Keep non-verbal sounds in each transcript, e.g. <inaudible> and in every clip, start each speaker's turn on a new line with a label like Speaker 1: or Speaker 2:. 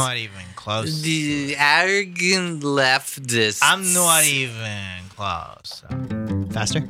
Speaker 1: not even close.
Speaker 2: The arrogant leftist.
Speaker 1: I'm not even close.
Speaker 3: Faster.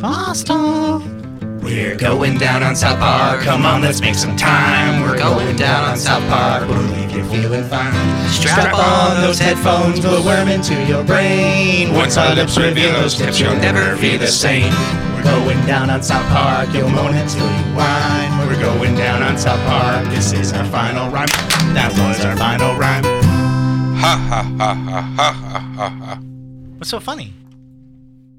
Speaker 3: Faster.
Speaker 4: We're going down on South Park. Come on, let's make some time. We're going down on South Park. We'll leave you feeling fine. Strap on those headphones, we'll worm into your brain. Once our lips reveal those tips, you'll never be the same. We're going down on South Park. You'll moan until you whine. We're going down on South Park. This is our final rhyme. That was our final rhyme.
Speaker 3: What's so funny?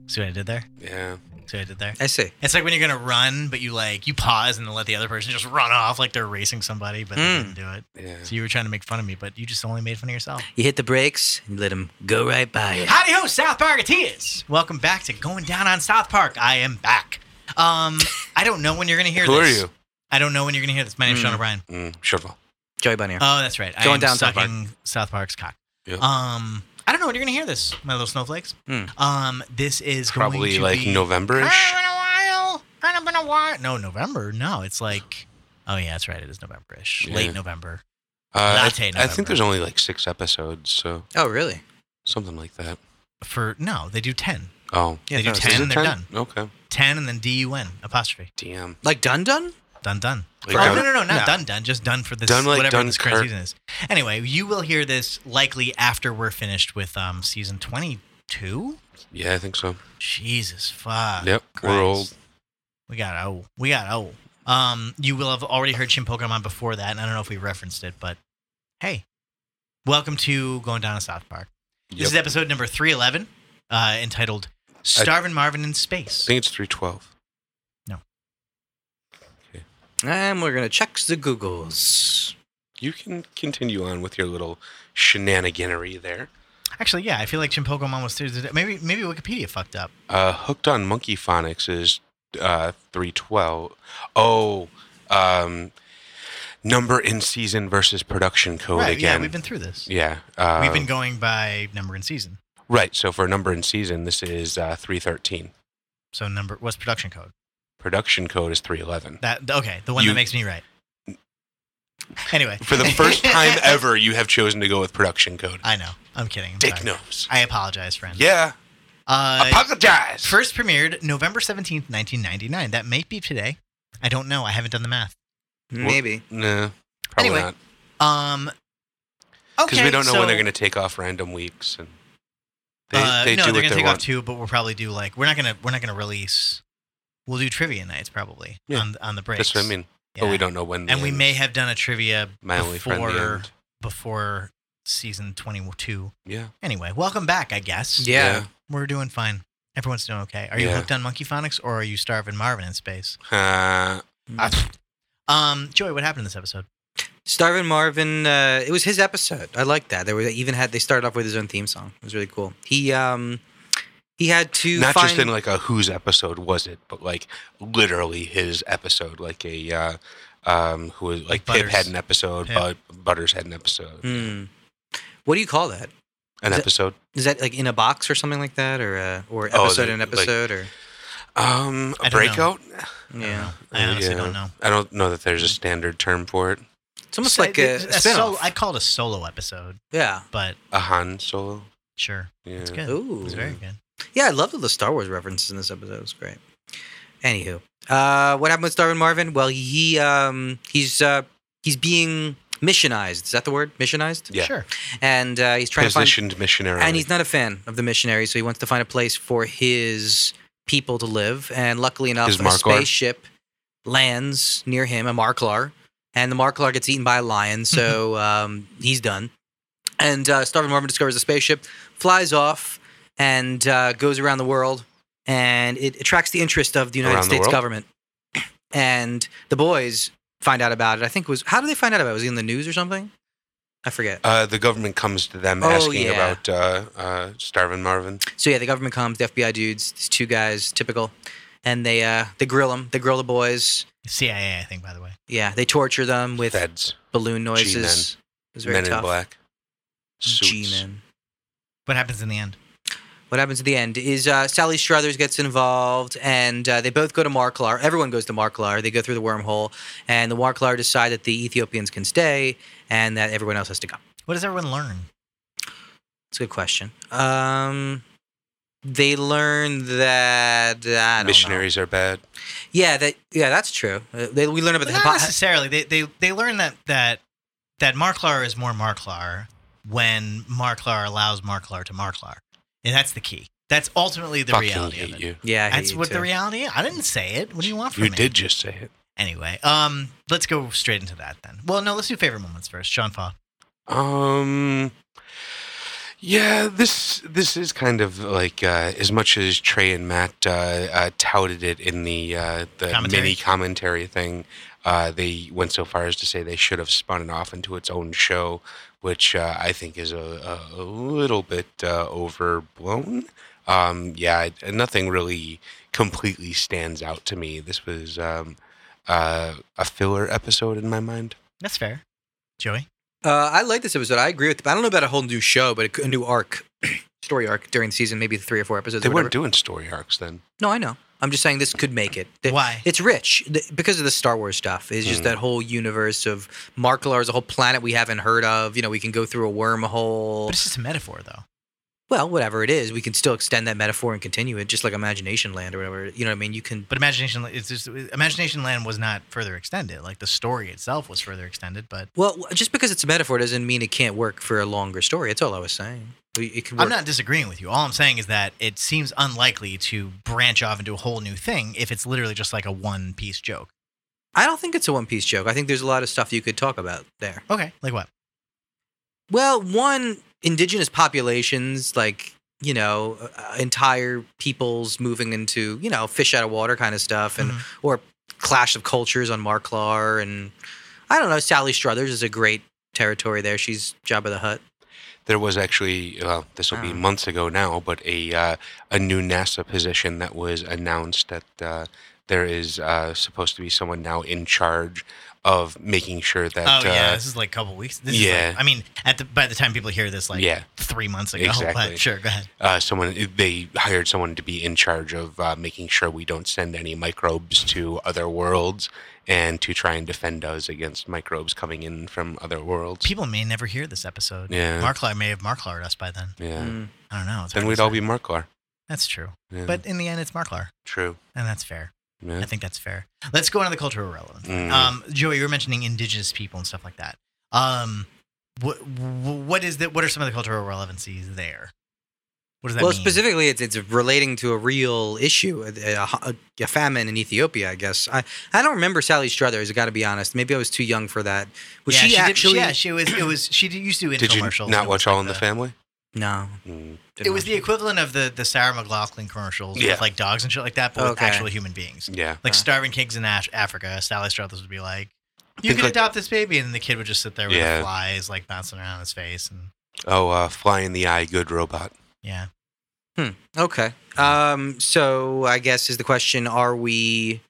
Speaker 3: See what I did there?
Speaker 5: Yeah.
Speaker 3: See what I did there?
Speaker 2: I see.
Speaker 3: It's like when you're gonna run, but you like you pause and then let the other person just run off like they're racing somebody, but they
Speaker 2: Mm.
Speaker 3: didn't do it.
Speaker 5: Yeah.
Speaker 3: So you were trying to make fun of me, but you just only made fun of <laughs> yourself.
Speaker 2: You hit the brakes and let him go right by you.
Speaker 3: Howdy ho, South Park Parketeers! Welcome back to Going Down on South Park. I am back. Um, I don't know when you're gonna hear
Speaker 5: Who are
Speaker 3: this.
Speaker 5: you?
Speaker 3: I don't know when you're gonna hear this. My name's Sean
Speaker 2: Mm.
Speaker 3: O'Brien.
Speaker 5: Mm, Shuttle.
Speaker 2: Joey Bunnier.
Speaker 3: Oh, that's right. I
Speaker 2: Going
Speaker 3: am
Speaker 2: down South Park.
Speaker 3: sucking South Park's cock.
Speaker 5: Yeah.
Speaker 3: Um, I don't know when you're gonna hear this, my little snowflakes.
Speaker 2: Mm.
Speaker 3: Um, this is going
Speaker 5: Probably
Speaker 3: to
Speaker 5: like
Speaker 3: be- Ah,
Speaker 5: November-ish.
Speaker 3: Kind of been a while. Kind of been a while. No, November. No, it's like. Oh yeah, that's right. It is November-ish.
Speaker 5: Yeah.
Speaker 3: Late November.
Speaker 5: Uh, I,
Speaker 3: Latte
Speaker 5: I
Speaker 3: November.
Speaker 5: think there's only like six episodes, so
Speaker 2: Oh, really?
Speaker 5: something like that.
Speaker 3: For no, they do ten.
Speaker 5: Oh,
Speaker 2: Yeah,
Speaker 3: they do
Speaker 2: no, it's-
Speaker 5: Is
Speaker 3: ten.
Speaker 5: it
Speaker 3: and They're
Speaker 5: 10?
Speaker 3: done.
Speaker 5: Okay,
Speaker 3: Ten and then D U N apostrophe.
Speaker 5: damn.
Speaker 2: Like Dun Dun?
Speaker 3: Dun dun.
Speaker 5: Like
Speaker 3: oh
Speaker 5: dun-
Speaker 3: no no no not
Speaker 1: no.
Speaker 3: done done just done for this
Speaker 5: Done like
Speaker 3: whatever this current
Speaker 5: Dunkirk.
Speaker 3: season is. Anyway, you will hear this likely after we're finished with um season twenty two.
Speaker 5: Yeah, I think so.
Speaker 3: Jesus fuck.
Speaker 5: yep, we're
Speaker 3: Ah, Christ.
Speaker 5: old.
Speaker 3: We got oh, we got oh. Um, you will have already heard Shin Pokemon before that, and I don't know if we referenced it, but hey, welcome to going down to South Park. This
Speaker 5: Yep.
Speaker 3: is episode number three eleven, uh, entitled "Starvin' Marvin in
Speaker 5: I
Speaker 3: Space."
Speaker 5: think it's three twelve.
Speaker 2: And we're going to check the Googles.
Speaker 5: You can continue on with your little shenaniganery there.
Speaker 3: Actually, yeah, I feel like Shin Pokemon was Thursday. Maybe maybe Wikipedia fucked up.
Speaker 5: Uh, hooked on monkey phonics is uh, three twelve. Oh, um, number in season versus production code
Speaker 3: right?
Speaker 5: again.
Speaker 3: Yeah, we've been through this.
Speaker 5: Oh, Yeah, uh,
Speaker 3: we've been going by number and season.
Speaker 5: right. So for number in season, this is uh, three thirteen.
Speaker 3: So number what's production code?
Speaker 5: Production code is three eleven.
Speaker 3: That okay, the one
Speaker 5: You-
Speaker 3: that makes me right. Anyway,
Speaker 5: For the
Speaker 3: <laughs>
Speaker 5: first time ever, you have chosen to go with production code.
Speaker 3: I know. I'm kidding. I'm
Speaker 5: Dick
Speaker 3: sorry.
Speaker 5: knows.
Speaker 3: I apologize, friend.
Speaker 5: Yeah,
Speaker 3: Uh,
Speaker 5: apologize.
Speaker 3: First premiered November 17th, 1999. That may be today. I don't know. I haven't done the math.
Speaker 2: Maybe.
Speaker 5: no, probably
Speaker 3: Anyway,
Speaker 5: not.
Speaker 3: Um,
Speaker 5: Because
Speaker 3: okay.
Speaker 5: we don't know
Speaker 3: so,
Speaker 5: when they're going to take off random weeks, and they,
Speaker 3: uh,
Speaker 5: they
Speaker 3: no,
Speaker 5: do
Speaker 3: they're gonna
Speaker 5: what they
Speaker 3: take
Speaker 5: want.
Speaker 3: off two, but we'll probably do like we're not gonna we're not gonna release. We'll do trivia nights probably
Speaker 5: Yeah.
Speaker 3: on on the break.
Speaker 5: That's what I mean. But we don't know when. The
Speaker 3: And we
Speaker 5: end-
Speaker 3: may have done a trivia
Speaker 5: My only friend. the
Speaker 3: before
Speaker 5: end.
Speaker 3: before season 22.
Speaker 5: Yeah.
Speaker 3: Anyway, welcome back. I guess
Speaker 2: Yeah.
Speaker 3: we're doing fine. Everyone's doing okay. Are you
Speaker 5: Yeah.
Speaker 3: hooked on monkey phonics or are you starving Marvin in space?
Speaker 5: Uh,
Speaker 3: Um, Joey, what happened in this episode?
Speaker 2: Starvin Marvin, uh, it was his episode. I like that. They were they even had they started off with his own theme song. It was really cool. He um he had to
Speaker 5: not
Speaker 2: find,
Speaker 5: just in like a whose episode was it, but like literally his episode, like a uh, um, who was like,
Speaker 3: Like
Speaker 5: Pip had
Speaker 3: Butters.
Speaker 5: an episode,
Speaker 3: Pip.
Speaker 5: Bud, Butters had an episode,
Speaker 2: Hmm. what do you call that?
Speaker 5: an
Speaker 2: Is it-
Speaker 5: episode.
Speaker 2: Is that like in a box or something like that, or uh, or
Speaker 5: Oh,
Speaker 2: episode
Speaker 5: the-
Speaker 2: in
Speaker 5: like-
Speaker 2: episode,
Speaker 5: Um, a
Speaker 3: I don't know.
Speaker 5: breakout.
Speaker 2: or yeah,
Speaker 3: I honestly
Speaker 5: Yeah.
Speaker 3: don't know.
Speaker 5: I don't know that there's a standard term for it.
Speaker 2: it's almost
Speaker 3: So-
Speaker 2: like a, a
Speaker 3: it's
Speaker 2: spin-off.
Speaker 3: solo- I call it a solo episode,
Speaker 2: yeah,
Speaker 3: but
Speaker 5: A Han Solo.
Speaker 3: sure,
Speaker 5: Yeah.
Speaker 3: it's good.
Speaker 2: ooh,
Speaker 3: It's very good.
Speaker 2: yeah. I love all the Star Wars references in this episode. It's great. Anywho, uh, what happened with Starvin Marvin? Well, he um he's uh he's being missionized. Is that the word? Missionized,
Speaker 5: Yeah.
Speaker 3: Sure.
Speaker 2: and uh, he's trying to find
Speaker 5: Positioned missionary.
Speaker 2: And he's not a fan of the missionary, so he wants to find a place for his people to live. And luckily enough,
Speaker 5: His
Speaker 2: a
Speaker 5: Marklar.
Speaker 2: spaceship lands near him, a Marklar, and the Marklar gets eaten by a lion, so
Speaker 5: <laughs>
Speaker 2: um, he's done. And uh, Starvin Marvin discovers the spaceship, flies off, and uh, goes around the world, and it attracts the interest of the United
Speaker 5: Around the
Speaker 2: States
Speaker 5: world?
Speaker 2: government. <clears throat> And the boys find out about it. I think it was how did they find out about it? Was it in the news or something? I forget.
Speaker 5: Uh, the government comes to them
Speaker 2: Oh,
Speaker 5: asking
Speaker 2: yeah.
Speaker 5: about uh, uh, Starvin Marvin.
Speaker 2: So yeah, the government comes, the FBI dudes, these two guys, typical, and they uh they grill them, they grill the boys.
Speaker 3: CIA, I think, by the way.
Speaker 2: Yeah, they torture them with
Speaker 5: Feds,
Speaker 2: balloon noises.
Speaker 5: G-men.
Speaker 2: It was very
Speaker 5: Men in
Speaker 2: tough.
Speaker 5: Black, suits.
Speaker 2: G men.
Speaker 3: What happens in the end?
Speaker 2: what happens at the end is uh, Sally Struthers gets involved, and uh, they both go to Marklar. Everyone goes to Marklar. They go through the wormhole, and the Marklar decide that the Ethiopians can stay and that everyone else has to go.
Speaker 3: What does everyone learn?
Speaker 2: It's a good question. Um, they learn that I don't
Speaker 5: Missionaries are bad.
Speaker 2: Know. Yeah, that yeah, that's true. Uh, they, we learn about the
Speaker 3: Not
Speaker 2: hypo-
Speaker 3: necessarily. They they they learn that that that Marklar is more Marklar when Marklar allows Marklar to Marklar, and that's the key. That's ultimately the
Speaker 5: Fucking
Speaker 3: reality
Speaker 5: hate
Speaker 3: of it.
Speaker 5: you.
Speaker 2: yeah. I hate
Speaker 3: That's
Speaker 2: you
Speaker 3: what
Speaker 2: too.
Speaker 3: the reality. is. I didn't say it. What do you want from
Speaker 5: You
Speaker 3: me?
Speaker 5: did just say it.
Speaker 3: Anyway, um, let's go straight into that then. Well, no, let's do favorite moments first. Sean Paul.
Speaker 5: Um. Yeah, this this is kind of like uh, as much as Trey and Matt uh, uh, touted it in the uh, the
Speaker 3: Commentary.
Speaker 5: mini commentary thing. Uh, they went so far as to say they should have spun it off into its own show, which uh, I think is a, a little bit uh, overblown. Um, yeah, I, nothing really completely stands out to me. This was um, uh, a filler episode in my mind.
Speaker 3: That's fair. Joey.
Speaker 2: Uh, I like this episode. I agree with. I don't know about a whole new show, but a, c- a new arc, <clears throat> story arc during the season, maybe three or four episodes.
Speaker 5: They
Speaker 2: or whatever.
Speaker 5: weren't doing story arcs then.
Speaker 2: no, I know. I'm just saying this could make it. Th-
Speaker 3: Why?
Speaker 2: It's rich th- because of the Star Wars stuff. It's just
Speaker 5: Mm.
Speaker 2: that whole universe of Marklar is a whole planet we haven't heard of. You know, we can go through a wormhole.
Speaker 3: But it's just a metaphor, though.
Speaker 2: well, whatever it is, we can still extend that metaphor and continue it, just like Imagination Land or whatever. You know what I mean? You can.
Speaker 3: But imagination, it's just, imagination land was not further extended. Like the story itself was further extended, but
Speaker 2: Well, w- just because it's a metaphor doesn't mean it can't work for a longer story. That's all I was saying. We- It can work.
Speaker 3: I'm not disagreeing with you. All I'm saying is that it seems unlikely to branch off into a whole new thing if it's literally just like a one piece joke.
Speaker 2: I don't think it's a One Piece joke. I think there's a lot of stuff you could talk about there.
Speaker 3: Okay, like what?
Speaker 2: Well, one, indigenous populations, like, you know, uh, entire peoples moving into, you know, fish out of water kind of stuff, and
Speaker 3: Mhm.
Speaker 2: or clash of cultures on Marklar. And I don't know, Sally Struthers is a great territory there. She's Jabba the Hutt.
Speaker 5: There was actually, well, this will be
Speaker 3: Ah.
Speaker 2: Oh.
Speaker 5: months ago now, but a uh, a new NASA position that was announced that uh, there is uh, supposed to be someone now in charge of making sure that.
Speaker 3: oh yeah,
Speaker 5: uh,
Speaker 3: this is like a couple weeks. This
Speaker 5: yeah.
Speaker 3: Is like, I mean, at the by the time people hear this, like
Speaker 5: Yeah.
Speaker 3: three months ago. <laughs>
Speaker 5: Exactly.
Speaker 3: But sure, go ahead.
Speaker 5: uh, someone they hired someone to be in charge of uh, making sure we don't send any microbes to other worlds and to try and defend us against microbes coming in from other worlds.
Speaker 3: People may never hear this episode.
Speaker 5: Yeah.
Speaker 3: Marklar may have Marklared us by then.
Speaker 5: Yeah.
Speaker 2: Mm.
Speaker 3: I don't know. It's
Speaker 5: Then
Speaker 3: hard
Speaker 5: we'd
Speaker 3: to
Speaker 5: all
Speaker 3: say.
Speaker 5: be Marklar.
Speaker 3: That's true.
Speaker 5: Yeah.
Speaker 3: But in the end, it's Marklar,
Speaker 5: true.
Speaker 3: and that's fair.
Speaker 5: Yeah.
Speaker 3: I think that's fair. Let's go on to the cultural relevance.
Speaker 5: Mm.
Speaker 3: Um, Joey, you were mentioning indigenous people and stuff like that. Um, what what is that? What are some of the cultural relevancies there? What does that
Speaker 2: Well,
Speaker 3: mean?
Speaker 2: specifically, it's, it's relating to a real issue, a, a- a famine in Ethiopia, I guess. I, I don't remember Sally Struthers, I got to be honest. Maybe I was too young for that. Was
Speaker 3: yeah,
Speaker 2: she,
Speaker 3: did-
Speaker 2: actually.
Speaker 3: yeah, she was. It was. She did, used to do
Speaker 5: Did you
Speaker 3: infomercials.
Speaker 5: not
Speaker 3: It was
Speaker 5: watch
Speaker 3: like
Speaker 5: All in the, Family?
Speaker 2: no.
Speaker 5: Mm.
Speaker 3: It was the equivalent of the the Sarah McLaughlin commercials
Speaker 5: Yeah.
Speaker 3: with like dogs and shit like that, but with
Speaker 2: Okay. Uh-huh.
Speaker 3: actual human beings.
Speaker 5: Yeah.
Speaker 3: Like
Speaker 2: Huh.
Speaker 3: starving kids in Ash- Africa, Sally Struthers would be like, "You
Speaker 5: think,
Speaker 3: can
Speaker 5: like-
Speaker 3: adopt this baby," and the kid would just sit there with
Speaker 5: Yeah.
Speaker 3: the flies like bouncing around his face, and
Speaker 5: Oh, uh, fly in the eye, good robot.
Speaker 3: yeah.
Speaker 2: Okay. Um, so I guess is the question: Are we?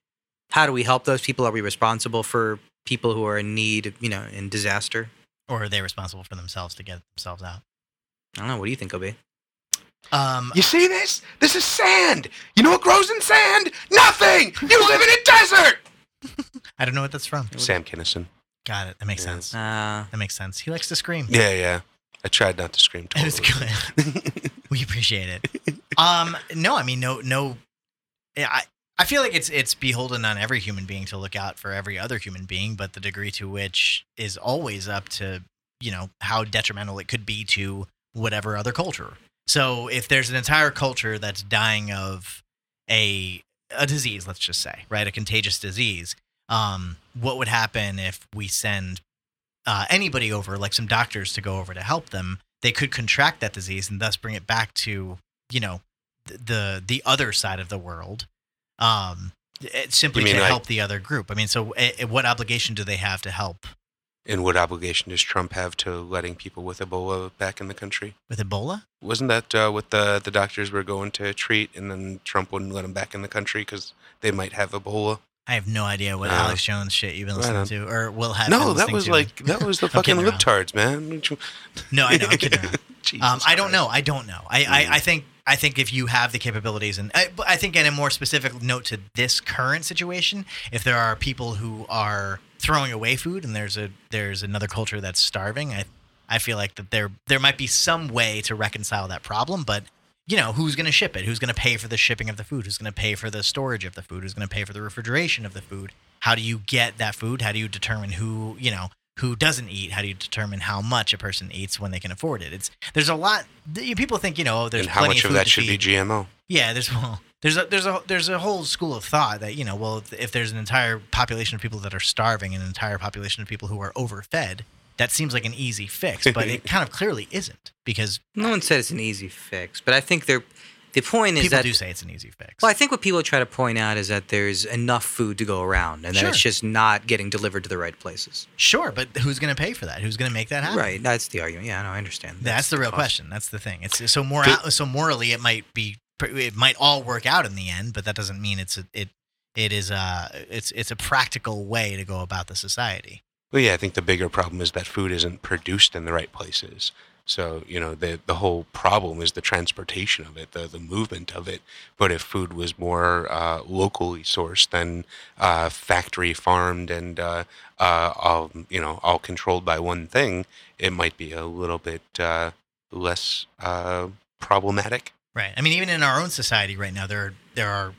Speaker 2: How do we help those people? Are we responsible for people who are in need? You know, in disaster.
Speaker 3: or are they responsible for themselves to get themselves out?
Speaker 2: I don't know. What do you think, Obi?
Speaker 3: Um,
Speaker 5: You see this? This is sand. You know what grows in sand? Nothing. You live in a desert.
Speaker 3: I don't know what that's from.
Speaker 5: Sam Kinison.
Speaker 3: Got it. That makes
Speaker 5: Yeah.
Speaker 3: sense.
Speaker 2: Uh,
Speaker 3: That makes sense. He likes to scream.
Speaker 5: Yeah, yeah. I tried not to scream.
Speaker 3: It <laughs>
Speaker 5: Totally.
Speaker 3: was good. we appreciate it. Um, no, I mean, no, no. yeah, I I feel like it's it's beholden on every human being to look out for every other human being, but the degree to which is always up to you know how detrimental it could be to whatever other culture. So if there's an entire culture that's dying of a a disease, let's just say, right, a contagious disease, um, what would happen if we send uh, anybody over, like some doctors, to go over to help them? They could contract that disease and thus bring it back to you know th- the the other side of the world, um, it- simply
Speaker 5: You
Speaker 3: to
Speaker 5: mean like-
Speaker 3: help the other group. I mean, so eh, what obligation do they have to help
Speaker 5: <laughs> And what obligation does Trump have to letting people with Ebola back in the country?
Speaker 3: with Ebola?
Speaker 5: Wasn't that uh, what the the doctors were going to treat, and then Trump wouldn't let them back in the country because they might have Ebola?
Speaker 3: I have no idea what
Speaker 5: Uh,
Speaker 3: Alex Jones shit you've been
Speaker 5: right
Speaker 3: listening
Speaker 5: on.
Speaker 3: to, or will have. been
Speaker 5: no, that
Speaker 3: listening
Speaker 5: was
Speaker 3: to.
Speaker 5: like that <laughs> was the
Speaker 3: <laughs> I'm kidding
Speaker 5: fucking
Speaker 3: around.
Speaker 5: libtards, man. Don't you- <laughs>
Speaker 3: no, I know. I'm kidding around.
Speaker 5: Jesus
Speaker 3: Um, I don't
Speaker 5: Christ.
Speaker 3: know. I don't know. I, I, I think I think if you have the capabilities, and I, but I think in a more specific note to this current situation, if there are people who are throwing away food and there's a there's another culture that's starving, I I feel like that there there might be some way to reconcile that problem, but you know who's going to ship it? Who's going to pay for the shipping of the food? Who's going to pay for the storage of the food? Who's going to pay for the refrigeration of the food? How do you get that food? How do you determine who you know? who doesn't eat how do you determine how much a person eats when they can afford it it's there's a lot th- people think you know oh, there's
Speaker 5: and how
Speaker 3: plenty
Speaker 5: much
Speaker 3: of,
Speaker 5: of
Speaker 3: food
Speaker 5: that
Speaker 3: to
Speaker 5: should
Speaker 3: feed.
Speaker 5: be GMO?
Speaker 3: yeah there's well there's a there's a there's a whole school of thought that you know well if, if there's an entire population of people that are starving and an entire population of people who are overfed that seems like an easy fix but <laughs> it kind of clearly isn't because
Speaker 2: No one said it's an easy fix, but I think they're, the point is
Speaker 3: people
Speaker 2: that
Speaker 3: do say it's an easy fix
Speaker 2: Well, I think what people try to point out is that there's enough food to go around and that it's
Speaker 3: Sure.
Speaker 2: just not getting delivered to the right places.
Speaker 3: sure but who's going to pay for that who's going to make that happen
Speaker 2: Right. That's the argument. Yeah, no, I understand.
Speaker 3: That's the real
Speaker 2: cost.
Speaker 3: question. That's the thing. It's so more
Speaker 5: The-
Speaker 3: so morally it might be it might all work out in the end, but that doesn't mean it's a, it it is uh it's it's a practical way to go about the society.
Speaker 5: Well, yeah, I think the bigger problem is that food isn't produced in the right places. So you know the the whole problem is the transportation of it, the the movement of it. But if food was more uh, locally sourced than uh, factory farmed and uh, uh, all you know all controlled by one thing, it might be a little bit uh, less uh, problematic.
Speaker 3: Right. I mean, even in our own society right now, there there are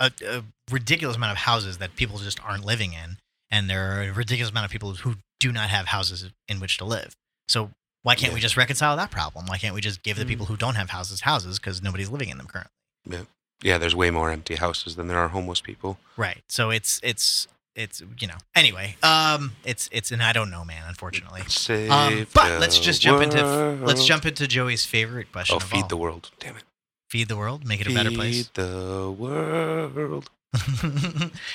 Speaker 3: a, a ridiculous amount of houses that people just aren't living in, and there are a ridiculous amount of people who do not have houses in which to live. So why can't we
Speaker 5: Yeah.
Speaker 3: just reconcile that problem? Why can't we just give the
Speaker 2: Mm.
Speaker 3: people who don't have houses houses because nobody's living in them currently?
Speaker 5: Yeah, there's way more empty houses than there are homeless people.
Speaker 3: Right. So it's it's it's you know. Anyway, um, it's it's and I don't know, man. Unfortunately.
Speaker 5: Save
Speaker 3: Um, but let's
Speaker 5: the
Speaker 3: just jump into let's
Speaker 5: world.
Speaker 3: jump into Joey's favorite question. of
Speaker 5: Oh, feed
Speaker 3: all.
Speaker 5: the world! Damn it.
Speaker 3: feed the world, make it a better place.
Speaker 5: Feed the world.
Speaker 3: <laughs>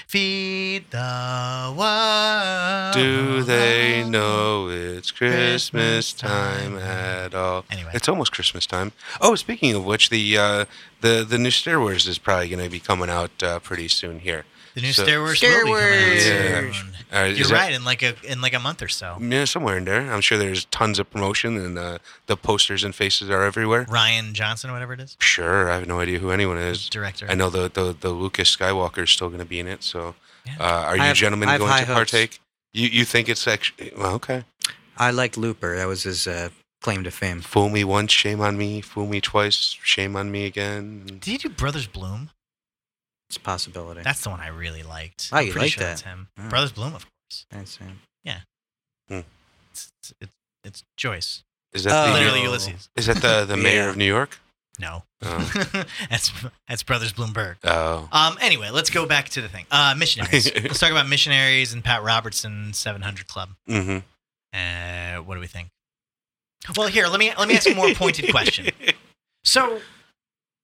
Speaker 3: feed the world.
Speaker 5: Do they know it's Christmas time at all?
Speaker 3: Anyway,
Speaker 5: It's almost Christmas time. Oh, speaking of which, the uh, the the new Star Wars is probably going to be coming out uh, pretty soon here.
Speaker 3: the new
Speaker 5: so-
Speaker 3: Star Wars
Speaker 2: Star
Speaker 3: will be coming out
Speaker 5: Wars.
Speaker 3: soon.
Speaker 5: Uh,
Speaker 3: You're right. In like a in like a month or so,
Speaker 5: Yeah, somewhere in there. I'm sure there's tons of promotion and uh, the posters and faces are everywhere.
Speaker 3: Ryan Johnson, or whatever it is,
Speaker 5: Sure, I have no idea who anyone is.
Speaker 3: director.
Speaker 5: I know the the, the Lucas Skywalker is still going to be in it. So,
Speaker 3: Yeah.
Speaker 5: uh, are you
Speaker 2: I have-
Speaker 5: gentlemen
Speaker 2: I have
Speaker 5: going
Speaker 2: high
Speaker 5: to
Speaker 2: hopes.
Speaker 5: partake? You you think it's actually well, okay?
Speaker 2: I liked Looper. That was his uh, claim to fame.
Speaker 5: Fool me once, shame on me. Fool me twice, shame on me again.
Speaker 3: Did he do Brothers Bloom?
Speaker 2: It's a possibility.
Speaker 3: That's the one I really liked.
Speaker 2: Oh,
Speaker 3: I'm
Speaker 2: you
Speaker 3: pretty
Speaker 2: like
Speaker 3: sure
Speaker 2: that.
Speaker 3: That's him.
Speaker 2: Oh.
Speaker 3: Brothers Bloom, of course.
Speaker 2: That's it.
Speaker 3: It's it's, it's, it's Joyce.
Speaker 5: Is that
Speaker 2: Oh.
Speaker 5: the,
Speaker 3: Literally Ulysses.
Speaker 5: is that
Speaker 3: <laughs>
Speaker 5: the, the mayor
Speaker 2: Yeah.
Speaker 5: of New York?
Speaker 3: No,
Speaker 5: Oh.
Speaker 3: <laughs> that's that's Brothers Bloomberg.
Speaker 5: Oh.
Speaker 3: Um. Anyway, let's go back to the thing. Uh,
Speaker 5: <laughs>
Speaker 3: missionaries. let's talk about missionaries and Pat Robertson 700 Club.
Speaker 5: hmm
Speaker 3: Uh, what do we think? Well, here let me let me ask a more pointed
Speaker 5: <laughs>
Speaker 3: question. So,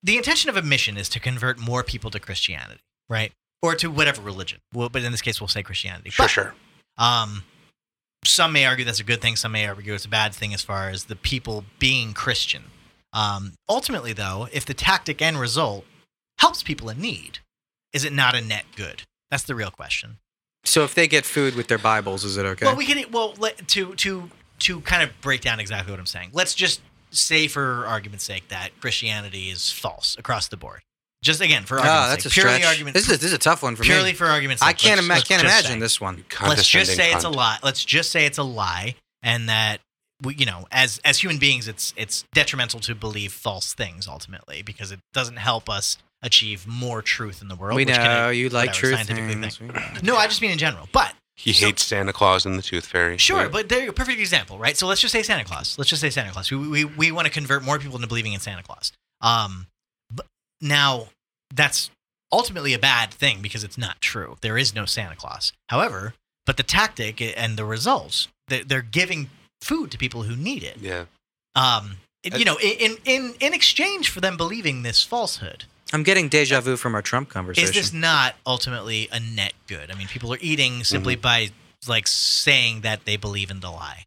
Speaker 3: the intention of a mission is to convert more people to Christianity, right? Or to whatever religion. Well, but in this case, we'll say Christianity.
Speaker 5: Sure,
Speaker 3: But
Speaker 5: sure.
Speaker 3: um, some may argue that's a good thing. Some may argue it's a bad thing as far as the people being Christian. Um, ultimately, though, if the tactic and result helps people in need, is it not a net good? That's the real question.
Speaker 2: So if they get food with their Bibles, is it okay?
Speaker 3: Well, we can. e, Well, let, to to to kind of break down exactly what I'm saying. Let's just say, for argument's sake, that Christianity is false across the board. Just again, for
Speaker 2: Ah,
Speaker 3: argument's
Speaker 2: that's a
Speaker 3: sake, purely
Speaker 2: stretch.
Speaker 3: argument,
Speaker 2: this, is, this is a tough one for
Speaker 3: purely
Speaker 2: me.
Speaker 3: for argument's sake.
Speaker 2: I can't,
Speaker 3: let's-
Speaker 2: ima- I
Speaker 3: let's
Speaker 2: can't
Speaker 3: just
Speaker 2: imagine
Speaker 3: say.
Speaker 2: this one.
Speaker 3: let's just say it's a
Speaker 5: Condescending
Speaker 3: lie. Let's just say it's a lie, and that we, you know, as as human beings, it's it's detrimental to believe false things ultimately because it doesn't help us achieve more truth in the world.
Speaker 2: We
Speaker 3: which
Speaker 2: know
Speaker 3: can-
Speaker 2: you like
Speaker 3: whatever,
Speaker 2: truth.
Speaker 3: scientifically
Speaker 2: things.
Speaker 3: no, I just mean in general, but.
Speaker 5: He
Speaker 3: So-
Speaker 5: hates Santa Claus and the Tooth Fairy.
Speaker 3: Sure,
Speaker 5: Yeah.
Speaker 3: but there you go. Perfect example, right? So let's just say Santa Claus. Let's just say Santa Claus. We, we, we want to convert more people into believing in Santa Claus. Um, but now, that's ultimately a bad thing because it's not true. There is no Santa Claus. However, but the tactic and the results, they're, they're giving food to people who need it.
Speaker 5: yeah.
Speaker 3: Um, it- you know, in, in, in exchange for them believing this falsehood,
Speaker 2: I'm getting deja vu from our Trump conversation.
Speaker 3: is this not ultimately a net good? I mean, people are eating simply by like saying that they believe in the lie.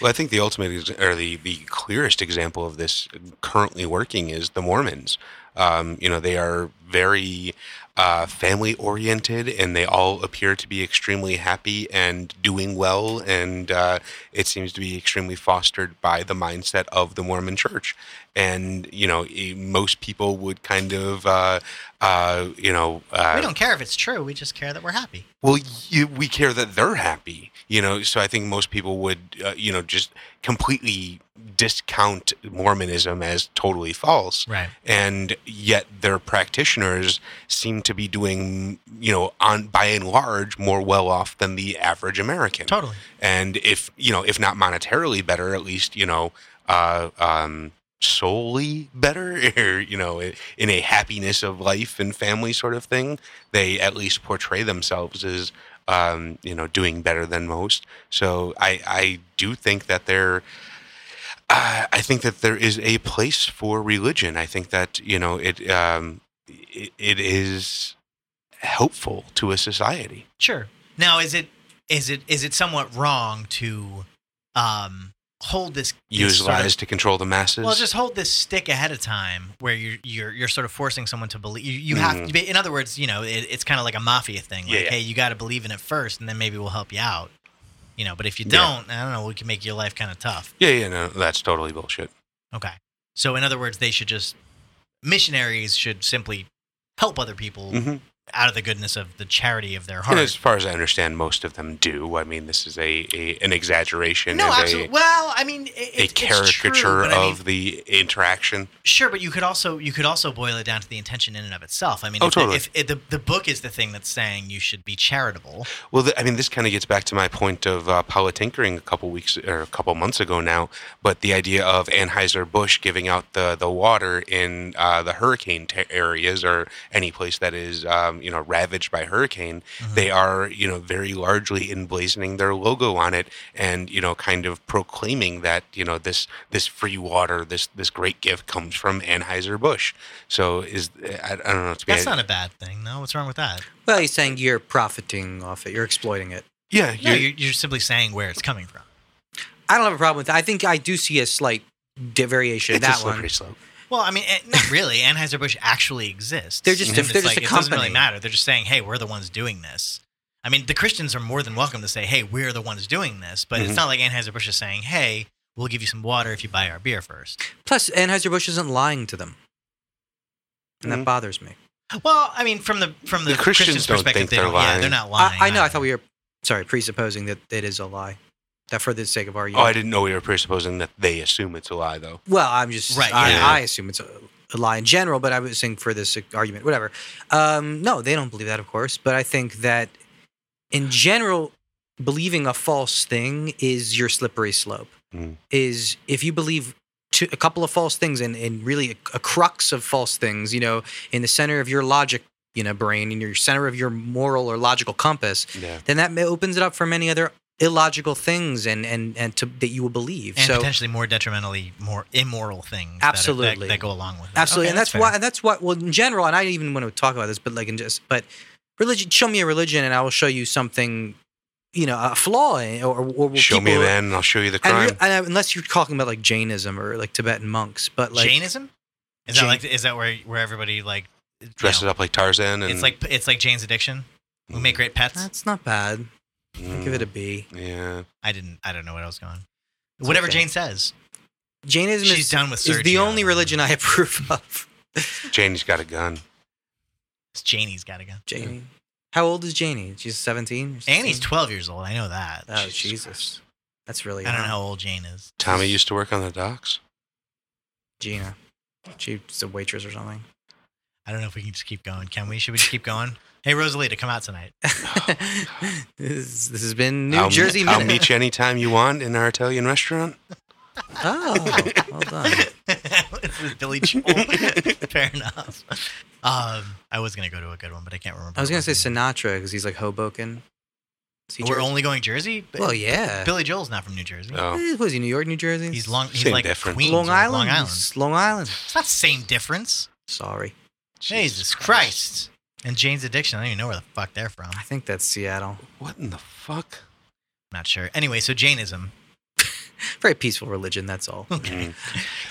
Speaker 5: Well, I think the ultimate ex- or the, the clearest example of this currently working is the Mormons. Um, you know, they are very uh, family oriented, and they all appear to be extremely happy and doing well. And uh, it seems to be extremely fostered by the mindset of the Mormon church. And, you know, e- most people would kind of, uh, uh, you know,
Speaker 3: we
Speaker 5: uh,
Speaker 3: don't care if it's true. We just care that we're happy.
Speaker 5: well, you, we care that they're happy, you know. So I think most people would, uh, you know, just completely discount Mormonism as totally false
Speaker 3: Right.
Speaker 5: and yet their practitioners seem to be doing you know on by and large more well off than the average american
Speaker 3: Totally.
Speaker 5: and if you know if not monetarily better at least you know uh um solely better <laughs> or you know in a happiness of life and family sort of thing they at least portray themselves as um you know doing better than most so i i do think that they're I I think that there is a place for religion. I think that you know it. Um, it, it is helpful to a society.
Speaker 3: Sure. Now, is it is it is it somewhat wrong to um hold this this sort of-
Speaker 5: Utilized to control the masses.
Speaker 3: Well, just hold this stick ahead of time, where you're you're you're sort of forcing someone to believe. You, you have to be. In other words, you know, it, it's kind of like a mafia thing. Like,
Speaker 5: Mm-hmm. Yeah, yeah.
Speaker 3: hey, you got to believe in it first, and then maybe we'll help you out. You know, but if you
Speaker 5: Yeah.
Speaker 3: don't, I don't know. We can make your life kind of tough.
Speaker 5: yeah, yeah, no, that's totally bullshit.
Speaker 3: Okay. So, in other words, they should just missionaries should simply help other people
Speaker 5: hmm
Speaker 3: out of the goodness of the charity of their
Speaker 5: And as
Speaker 3: heart.
Speaker 5: far as I understand, most of them do. I mean, this is a, a an exaggeration
Speaker 3: No,
Speaker 5: and
Speaker 3: absolutely. Well, I mean, it,
Speaker 5: a, a
Speaker 3: it's- it's true,
Speaker 5: caricature
Speaker 3: but I mean,
Speaker 5: of the interaction.
Speaker 3: Sure, but you could also you could also boil it down to the intention in and of itself. I mean,
Speaker 5: Oh,
Speaker 3: if, the-
Speaker 5: totally.
Speaker 3: if, if the the book is the thing that's saying you should be charitable,
Speaker 5: Well, th- I mean, this kind of gets back to my point of uh, Paula Tinkering a couple weeks or a couple months ago now, but the idea of Anheuser Busch giving out the the water in uh, the hurricane ter- areas or any place that is um, you know ravaged by hurricane,
Speaker 3: Mm-hmm.
Speaker 5: they are you know very largely emblazoning their logo on it and you know kind of proclaiming that you know this this free water this this great gift comes from Anheuser Busch. So is I, I don't know. To be
Speaker 3: that's not a bad thing. No, what's wrong with that?
Speaker 2: Well, he's saying you're profiting off it. You're exploiting it.
Speaker 5: yeah.
Speaker 3: No,
Speaker 5: you're-
Speaker 3: you're, you're simply saying where it's coming from.
Speaker 2: I don't have a problem with that. I think I do see a slight de- variation in
Speaker 5: it's a
Speaker 2: that
Speaker 5: slippery
Speaker 2: one.
Speaker 5: slope.
Speaker 3: Well, I mean, eh, not really. Anheuser Busch actually exists.
Speaker 2: They're just
Speaker 3: And
Speaker 2: a-
Speaker 3: it's
Speaker 2: they're
Speaker 3: like,
Speaker 2: just a
Speaker 3: It doesn't really
Speaker 2: company.
Speaker 3: matter. They're just saying, hey, we're the ones doing this. I mean, the Christians are more than welcome to say, hey, we're the ones doing this, but
Speaker 5: Mhm.
Speaker 2: Mm-hmm.
Speaker 3: it's not like Anheuser Busch is saying, hey, we'll give you some water if you buy our beer first.
Speaker 2: Plus, Anheuser-Busch isn't lying to them. And
Speaker 3: Mm-hmm.
Speaker 5: Mhm.
Speaker 2: that bothers me.
Speaker 3: Well, I mean, from the from the,
Speaker 5: The Christians don't
Speaker 3: perspective,
Speaker 5: think
Speaker 3: they
Speaker 5: they're
Speaker 3: don't, yeah,
Speaker 5: lying.
Speaker 3: they're not lying.
Speaker 2: I, I know. I
Speaker 3: either.
Speaker 2: thought we were, sorry, presupposing that it is a lie. That for the sake of
Speaker 5: Oh,
Speaker 2: argument.
Speaker 5: I didn't know we were presupposing that they assume it's a lie, though.
Speaker 2: Well, I'm just
Speaker 3: Right,
Speaker 2: I,
Speaker 5: yeah.
Speaker 2: I assume it's a, a lie in general, but I was saying for this argument, whatever. Um, no, they don't believe that, of course. But I think that in general, believing a false thing is your slippery slope.
Speaker 5: Mm.
Speaker 2: Is if you believe two, a couple of false things and, and really a, a crux of false things, you know, in the center of your logic, you know, brain, in your center of your moral or logical compass,
Speaker 5: Yeah.
Speaker 2: then that ma- opens it up for many other illogical things and and and to, that you will believe.
Speaker 3: and
Speaker 2: so
Speaker 3: potentially more detrimentally more immoral things that- that, that,
Speaker 2: Absolutely.
Speaker 3: go along with it.
Speaker 2: absolutely,
Speaker 3: Okay,
Speaker 2: and that's,
Speaker 3: fair.
Speaker 2: why and that's what. Well, in general, and I didn't even want to talk about this, but like in just but religion. Show me a religion, and I will show you something. You know, a flaw in- or or, or
Speaker 5: Show me a
Speaker 2: people-
Speaker 5: man, and I'll show you the
Speaker 2: And,
Speaker 5: crime.
Speaker 2: re- and unless you're talking about like Jainism or like Tibetan monks, but like
Speaker 3: Jainism is
Speaker 2: Jain-
Speaker 3: that like is that where where everybody like you
Speaker 5: Dresses
Speaker 3: know,
Speaker 5: up like Tarzan, and
Speaker 3: It's like it's like Jane's Addiction. We
Speaker 2: Mm-hmm.
Speaker 3: make great pets.
Speaker 2: that's not bad.
Speaker 5: Mm,
Speaker 2: Give it a B.
Speaker 5: yeah.
Speaker 3: I didn't. I don't know what I was going. Whatever
Speaker 2: okay.
Speaker 3: Jane says,
Speaker 2: Jainism
Speaker 3: she's
Speaker 2: is,
Speaker 3: done with
Speaker 2: is
Speaker 3: surgery.
Speaker 2: the only religion I <laughs> approve of.
Speaker 5: Janie's got a gun.
Speaker 3: Janie's got to go.
Speaker 2: Janie, how old is Janie? She's seventeen.
Speaker 3: Annie's twelve years old. I know that.
Speaker 2: Oh
Speaker 5: Jesus
Speaker 2: Jesus, that's really.
Speaker 3: I don't know
Speaker 2: young.
Speaker 3: how old Jane is.
Speaker 5: Tommy used to work on the docks.
Speaker 2: Gina. She's a waitress or something.
Speaker 3: I don't know if we can just keep going. Can we? Should we just keep going? Hey Rosalita, come out
Speaker 2: <laughs>
Speaker 3: tonight.
Speaker 2: this, this has been New
Speaker 5: I'll,
Speaker 2: Jersey.
Speaker 5: I'll
Speaker 2: Minute.
Speaker 5: meet you anytime you want in our Italian restaurant.
Speaker 2: Oh, well done.
Speaker 3: Um, <laughs> this is Billy
Speaker 2: <laughs>
Speaker 3: Joel. Fair enough. Um, I was gonna go to a good one, but I can't remember.
Speaker 2: I was
Speaker 3: what
Speaker 2: gonna say
Speaker 3: it
Speaker 2: Sinatra because he's like Hoboken. Is he
Speaker 3: We're
Speaker 2: Jersey?
Speaker 3: only going Jersey. But
Speaker 2: well, yeah.
Speaker 3: Billy Joel's not from New Jersey.
Speaker 2: <laughs>
Speaker 5: Oh.
Speaker 2: Eh, Was he New York, New Jersey?
Speaker 3: He's long. He's
Speaker 5: Same
Speaker 3: like
Speaker 5: difference.
Speaker 3: Queens
Speaker 2: Long
Speaker 3: or
Speaker 2: Island.
Speaker 3: Long Island.
Speaker 2: He's Long Island.
Speaker 3: It's not the same difference.
Speaker 2: Sorry,
Speaker 3: Jesus Christ. And Jane's Addiction. I don't even know where the fuck they're from.
Speaker 2: I
Speaker 3: I'm
Speaker 2: think that's Seattle.
Speaker 5: What in the fuck?
Speaker 3: not sure. Anyway, so Jainism.
Speaker 2: very peaceful religion. That's all.
Speaker 5: Mm.
Speaker 3: Okay.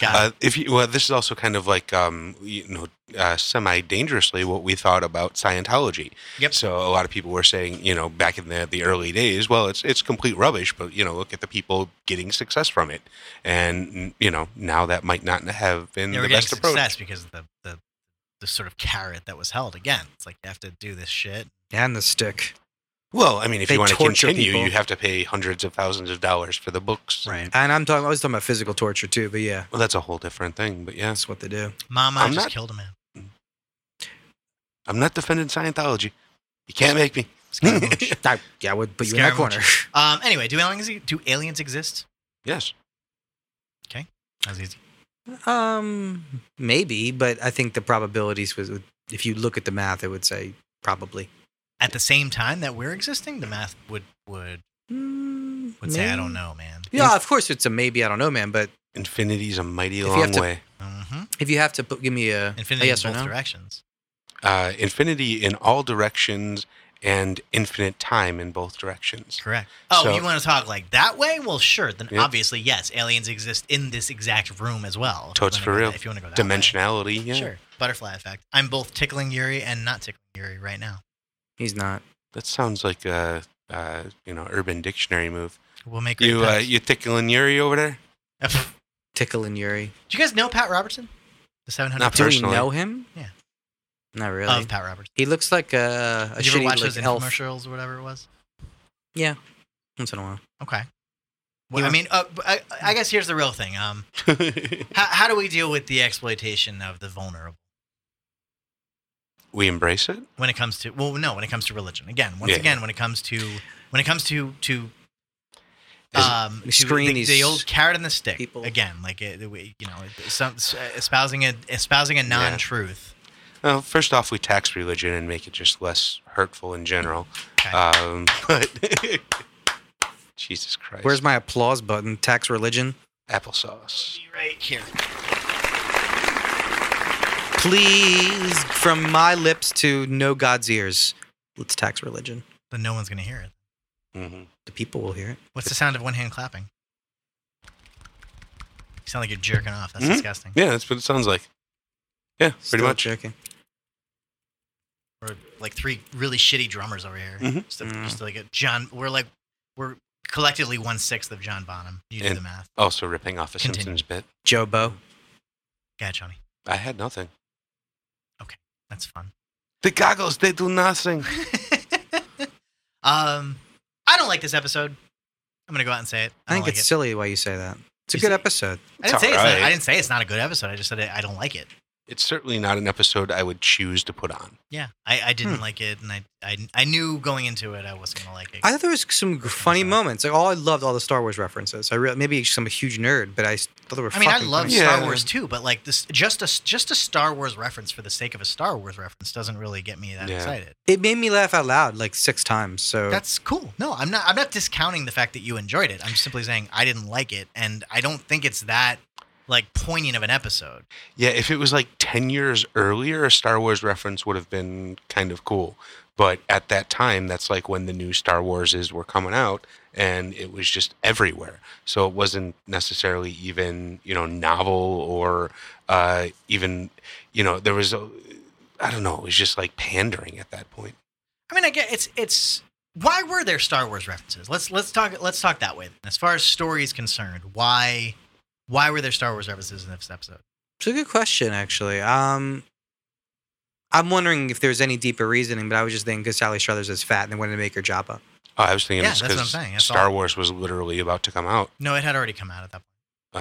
Speaker 3: Got it.
Speaker 5: Uh, if you, well, this is also kind of like um, you know, uh, semi-dangerously what we thought about Scientology.
Speaker 3: Yep.
Speaker 5: So a lot of people were saying, you know, back in the the early days, well, it's it's complete rubbish, but you know, look at the people getting success from it, and you know, now that might not have been
Speaker 3: They were
Speaker 5: the
Speaker 3: getting
Speaker 5: best
Speaker 3: success
Speaker 5: approach.
Speaker 3: because of the, the the sort of carrot that was held again. It's like you have to do this shit.
Speaker 2: And the stick.
Speaker 5: Well, I mean, if
Speaker 2: They
Speaker 5: you want to
Speaker 2: torture
Speaker 5: continue,
Speaker 2: people.
Speaker 5: you have to pay hundreds of thousands of dollars for the books.
Speaker 3: Right.
Speaker 2: And I'm talking. I was talking about physical torture too, but yeah,
Speaker 5: Well, that's a whole different thing, but yeah,
Speaker 2: that's what they do.
Speaker 3: Mama
Speaker 5: I'm
Speaker 3: just
Speaker 5: not-
Speaker 3: killed a man.
Speaker 5: I'm not defending Scientology. You can't make me. <laughs>
Speaker 3: Scaramouche.
Speaker 2: <laughs> I, yeah, I would put you in that
Speaker 3: Scaramouche.
Speaker 2: corner.
Speaker 3: um. Anyway, do aliens do aliens exist?
Speaker 5: Yes.
Speaker 3: That was easy.
Speaker 2: <laughs> Um, maybe, but I think the probabilities was if you look at the math, it would say probably.
Speaker 3: At the same time that we're existing, the math would would
Speaker 2: Mm,
Speaker 3: would say I
Speaker 2: maybe.
Speaker 3: don't know, man.
Speaker 2: Yeah, of course it's a maybe. I don't know, man. But
Speaker 5: Infinity's a mighty
Speaker 2: If you
Speaker 5: long
Speaker 2: have to-
Speaker 5: way.
Speaker 3: Mm-hmm.
Speaker 2: if you have to put, give me a, a
Speaker 3: Infinity
Speaker 2: yes
Speaker 3: in
Speaker 2: or
Speaker 3: both
Speaker 2: no,
Speaker 3: directions.
Speaker 5: uh, infinity in all directions and infinite time in both directions.
Speaker 3: Correct. Oh,
Speaker 5: So-
Speaker 3: you want to talk like that way? Well, sure. Then
Speaker 5: Yeah.
Speaker 3: obviously, yes, aliens exist in this exact room as well. if you
Speaker 5: Totes
Speaker 3: wanna
Speaker 5: for
Speaker 3: go
Speaker 5: real.
Speaker 3: that- If you want to go that way.
Speaker 5: Dimensionality, yeah,
Speaker 3: Sure. Butterfly effect. I'm both tickling Yuri and not tickling Yuri right now.
Speaker 2: he's not.
Speaker 5: that sounds like a uh, you know Urban Dictionary move.
Speaker 3: We'll make great
Speaker 5: You uh,
Speaker 3: <laughs> pets.
Speaker 5: you tickling Yuri over there?
Speaker 3: Do
Speaker 2: Tickle and Yuri.
Speaker 3: you guys know Pat Robertson? The 700
Speaker 5: Not
Speaker 2: Do we
Speaker 5: Personally.
Speaker 2: know him?
Speaker 3: Yeah.
Speaker 2: Not really.
Speaker 3: of Pat Robertson.
Speaker 2: he looks like a, a
Speaker 3: Did you ever
Speaker 2: shitty
Speaker 3: watch
Speaker 2: like,
Speaker 3: those
Speaker 2: elf
Speaker 3: infomercials or whatever it was?
Speaker 2: once in a while.
Speaker 3: Okay. Well,
Speaker 2: Yeah.
Speaker 3: I mean, uh, b- I, I guess here's the real thing. Um, <laughs> how, how do we deal with the exploitation of the vulnerable
Speaker 5: we embrace it.
Speaker 3: when it comes to? Well, no, when it comes to religion. Again, once
Speaker 5: Yeah.
Speaker 3: again, when it comes to when it comes to to
Speaker 5: Is-
Speaker 3: um,
Speaker 2: We
Speaker 3: to
Speaker 2: screen
Speaker 3: the,
Speaker 2: these
Speaker 3: the old carrot and the stick
Speaker 2: people.
Speaker 3: again. Like uh, the way- you know, some, espousing a espousing a non-truth.
Speaker 5: Well, first off, we tax religion and make it just less hurtful in general.
Speaker 3: Okay.
Speaker 5: Um, <laughs> but Jesus Christ,
Speaker 2: Where's my applause button? Tax religion.
Speaker 5: applesauce?
Speaker 3: Right here.
Speaker 2: Please, from my lips to no God's ears. Let's tax religion.
Speaker 3: Then no one's gonna hear it.
Speaker 5: hmm
Speaker 2: The people will hear it.
Speaker 3: What's the sound of one hand clapping? You sound like you're jerking off. That's
Speaker 5: Mhm.
Speaker 2: Mm-hmm.
Speaker 3: disgusting.
Speaker 5: Yeah, that's what it sounds like. Yeah, pretty
Speaker 2: Still
Speaker 5: much.
Speaker 2: Joking.
Speaker 3: We're like three really shitty drummers over here.
Speaker 5: Mhm.
Speaker 3: Just,
Speaker 2: Mm.
Speaker 3: just like a John. We're like we're collectively one sixth of John Bonham. You do
Speaker 5: And-
Speaker 3: the math.
Speaker 5: Also ripping off a
Speaker 3: Continue.
Speaker 5: Simpsons bit.
Speaker 2: Jobo.
Speaker 3: Yeah, Johnny.
Speaker 5: I had nothing.
Speaker 3: That's fun. <laughs>
Speaker 5: The goggles, they do nothing.
Speaker 3: um, I don't like this episode. I'm gonna go out and say it.
Speaker 2: I,
Speaker 3: don't
Speaker 2: think
Speaker 3: like
Speaker 2: it's
Speaker 3: it.
Speaker 2: silly why you say that. It's a
Speaker 3: You
Speaker 2: good
Speaker 3: see-
Speaker 2: episode.
Speaker 3: I didn't
Speaker 5: it's
Speaker 3: say it's not,
Speaker 5: alright.
Speaker 3: I didn't say it's not a good episode. I just said I, I don't like it.
Speaker 5: It's certainly not an episode I would choose to put on.
Speaker 3: Yeah, I, I didn't
Speaker 2: Hmm.
Speaker 3: like it, and I, I I knew going into it I wasn't gonna like it.
Speaker 2: I thought there was some g- funny
Speaker 3: sorry.
Speaker 2: moments. Like, all I loved all the Star Wars references. I really, maybe I'm a huge nerd, but I s- thought they were.
Speaker 3: I mean, I
Speaker 2: fucking
Speaker 3: love
Speaker 2: funny.
Speaker 5: Yeah.
Speaker 3: Star Wars too, but like this, just a just a Star Wars reference for the sake of a Star Wars reference doesn't really get me that
Speaker 5: Yeah.
Speaker 3: excited.
Speaker 2: It made me laugh out loud like six times. So
Speaker 3: That's cool. No, I'm not. I'm not discounting the fact that you enjoyed it. I'm simply saying I didn't like it, and I don't think it's that like poignant of an episode.
Speaker 5: Yeah, if it was like 10 years earlier, a Star Wars reference would have been kind of cool. But at that time, that's like when the new Star Warses were coming out and it was just everywhere. So it wasn't necessarily even, you know, novel or uh, even, you know, there was, a, I don't know, it was just like pandering at that point.
Speaker 3: I mean, I get it's it's why were there Star Wars references? Let's let's talk let's talk that way. As far as story is concerned, why why were there Star Wars references in this episode?
Speaker 2: It's a good question, actually. Um, I'm wondering if there's any deeper reasoning, but I was just thinking because Sally Struthers is fat and they wanted to make her Joppa.
Speaker 5: Oh, I was thinking
Speaker 3: Yeah,
Speaker 5: it's
Speaker 3: that's what I'm
Speaker 5: because
Speaker 3: saying. That's
Speaker 5: Star
Speaker 3: all.
Speaker 5: Wars was literally about to come out.
Speaker 3: No, it had already come out at that point.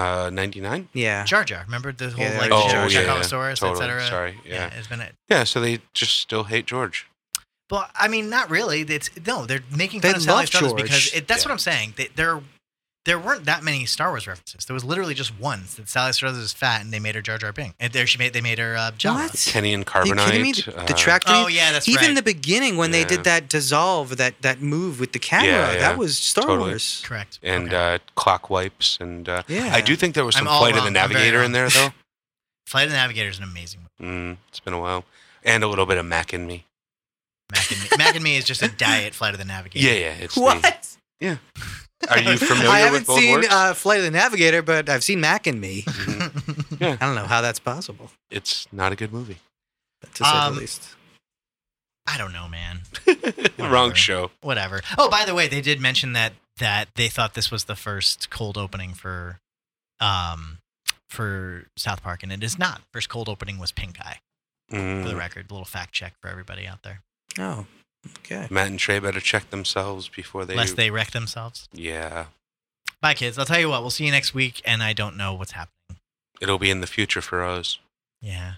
Speaker 5: Uh, 99?
Speaker 2: Yeah.
Speaker 3: Jar Jar, remember the whole
Speaker 2: Yeah,
Speaker 3: like
Speaker 2: there was
Speaker 5: Oh,
Speaker 3: Jar
Speaker 5: yeah,
Speaker 3: Jar
Speaker 5: yeah,
Speaker 3: Chakalosaurus,
Speaker 5: totally.
Speaker 3: etc.
Speaker 5: Sorry. yeah.
Speaker 3: it's been a
Speaker 5: Yeah, so they just still hate George.
Speaker 3: Well, I mean, not really. It's no, they're making
Speaker 2: They
Speaker 3: fun of Sally
Speaker 2: love
Speaker 3: Struthers
Speaker 2: George.
Speaker 3: because it, that's
Speaker 5: Yeah.
Speaker 3: what I'm saying. They, there, there weren't that many Star Wars references. There was literally just one that Sally Struthers is fat, and they made her Jar Jar Bing. And there she made they made her uh, Jabba.
Speaker 2: What?
Speaker 5: Kenny and
Speaker 2: Are
Speaker 5: Carbonite.
Speaker 2: you kidding me? The, the
Speaker 5: uh,
Speaker 2: track.
Speaker 3: Oh yeah, that's
Speaker 2: Even
Speaker 3: right.
Speaker 2: the beginning when they
Speaker 5: Yeah.
Speaker 2: did that dissolve, that that move with the camera,
Speaker 5: yeah.
Speaker 2: that was Star
Speaker 5: Totally.
Speaker 2: Wars.
Speaker 3: correct.
Speaker 5: and
Speaker 3: Okay.
Speaker 5: uh, clock wipes, and uh,
Speaker 2: Yeah.
Speaker 5: I do think there was
Speaker 3: I'm
Speaker 5: some
Speaker 3: all
Speaker 5: Flight of the
Speaker 3: wrong. I'm very
Speaker 5: Navigator
Speaker 3: wrong.
Speaker 5: in there, though.
Speaker 3: Flight of the Navigator is an amazing movie.
Speaker 5: mm, it's been a while, and a little bit of Mac and me. <laughs>
Speaker 3: Mac and Me. Mac and Me is just a diet Flight of the Navigator.
Speaker 2: <laughs>
Speaker 5: Yeah, yeah, it's the-
Speaker 2: What?
Speaker 5: Are you
Speaker 2: <laughs>
Speaker 5: familiar
Speaker 2: I haven't
Speaker 5: with both
Speaker 2: seen
Speaker 5: works?
Speaker 2: uh, Flight of the Navigator, but I've seen Mac and Me.
Speaker 3: <laughs>
Speaker 5: Mhm.
Speaker 2: I don't know how that's possible,
Speaker 5: it's not a good movie.
Speaker 2: to say
Speaker 3: Um,
Speaker 2: the least.
Speaker 3: I don't know, man.
Speaker 5: Wrong
Speaker 3: Whatever.
Speaker 5: show.
Speaker 3: Whatever. Oh, by the way, they did mention that that they thought this was the first cold opening for, um, for South Park, and it is not. First cold opening was Pink Eye. For the
Speaker 5: Mm,
Speaker 3: record, little fact check for everybody out there,
Speaker 2: Oh, okay.
Speaker 5: Matt and Trey better check themselves before they.
Speaker 3: lest they wreck themselves.
Speaker 5: yeah,
Speaker 3: Bye, kids. I'll tell you what. We'll see you next week, and I don't know what's happening.
Speaker 5: it'll be in the future for us.
Speaker 3: Yeah,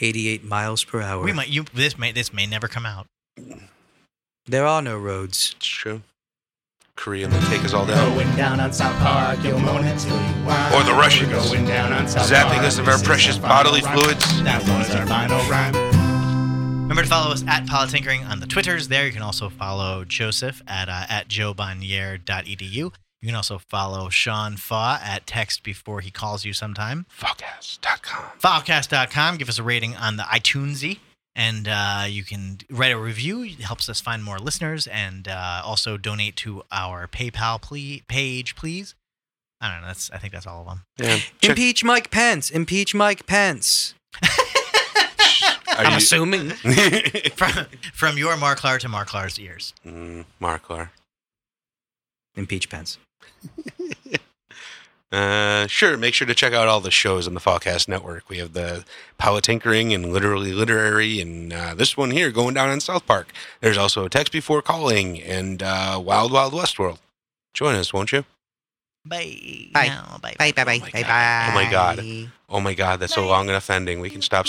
Speaker 2: 88 miles per hour.
Speaker 3: we might. You this may this may never come out.
Speaker 2: There are no roads.
Speaker 5: It's true. Korea may take us all down.
Speaker 4: Going down on South Park, you'll moan until you whine.
Speaker 5: Or the Russians
Speaker 4: We're going down on South
Speaker 5: Zapping
Speaker 4: Park,
Speaker 5: us of our
Speaker 4: this is
Speaker 5: precious
Speaker 4: our final
Speaker 5: bodily
Speaker 4: rhyme.
Speaker 5: fluids.
Speaker 4: That was our final rhyme.
Speaker 3: Remember to follow us at Politinkering on the Twitters. There, you can also follow Joseph at uh, at joebonnier.edu. You can also follow Sean Fa at text before he calls you sometime.
Speaker 5: Fuckass.com.
Speaker 3: Filecast.com. Give us a rating on the iTunesy, and uh, you can write a review. It helps us find more listeners, and uh, also donate to our PayPal ple- page, please. I don't know. That's I think that's all of them.
Speaker 5: Yeah, check-
Speaker 2: Impeach Mike Pence. Impeach Mike Pence.
Speaker 5: Are
Speaker 2: I'm
Speaker 5: you-
Speaker 3: <laughs>
Speaker 2: assuming.
Speaker 5: <laughs>
Speaker 3: From from your Marklar to Marklar's ears.
Speaker 5: Mm, Marklar.
Speaker 2: Impeach Pence.
Speaker 5: Uh, sure. Make sure to check out all the shows on the Fallcast Network. We have the Politinkering and Literally Literary, and uh, this one here going down in South Park. There's also Text Before Calling and uh, Wild Wild West World. Join us, won't you?
Speaker 3: Bye.
Speaker 2: Bye.
Speaker 3: Now, bye.
Speaker 2: Bye, bye, bye,
Speaker 5: my
Speaker 2: bye, Oh
Speaker 5: God.
Speaker 2: bye.
Speaker 5: Oh my God. Oh my God, that's a long enough ending. We can stop.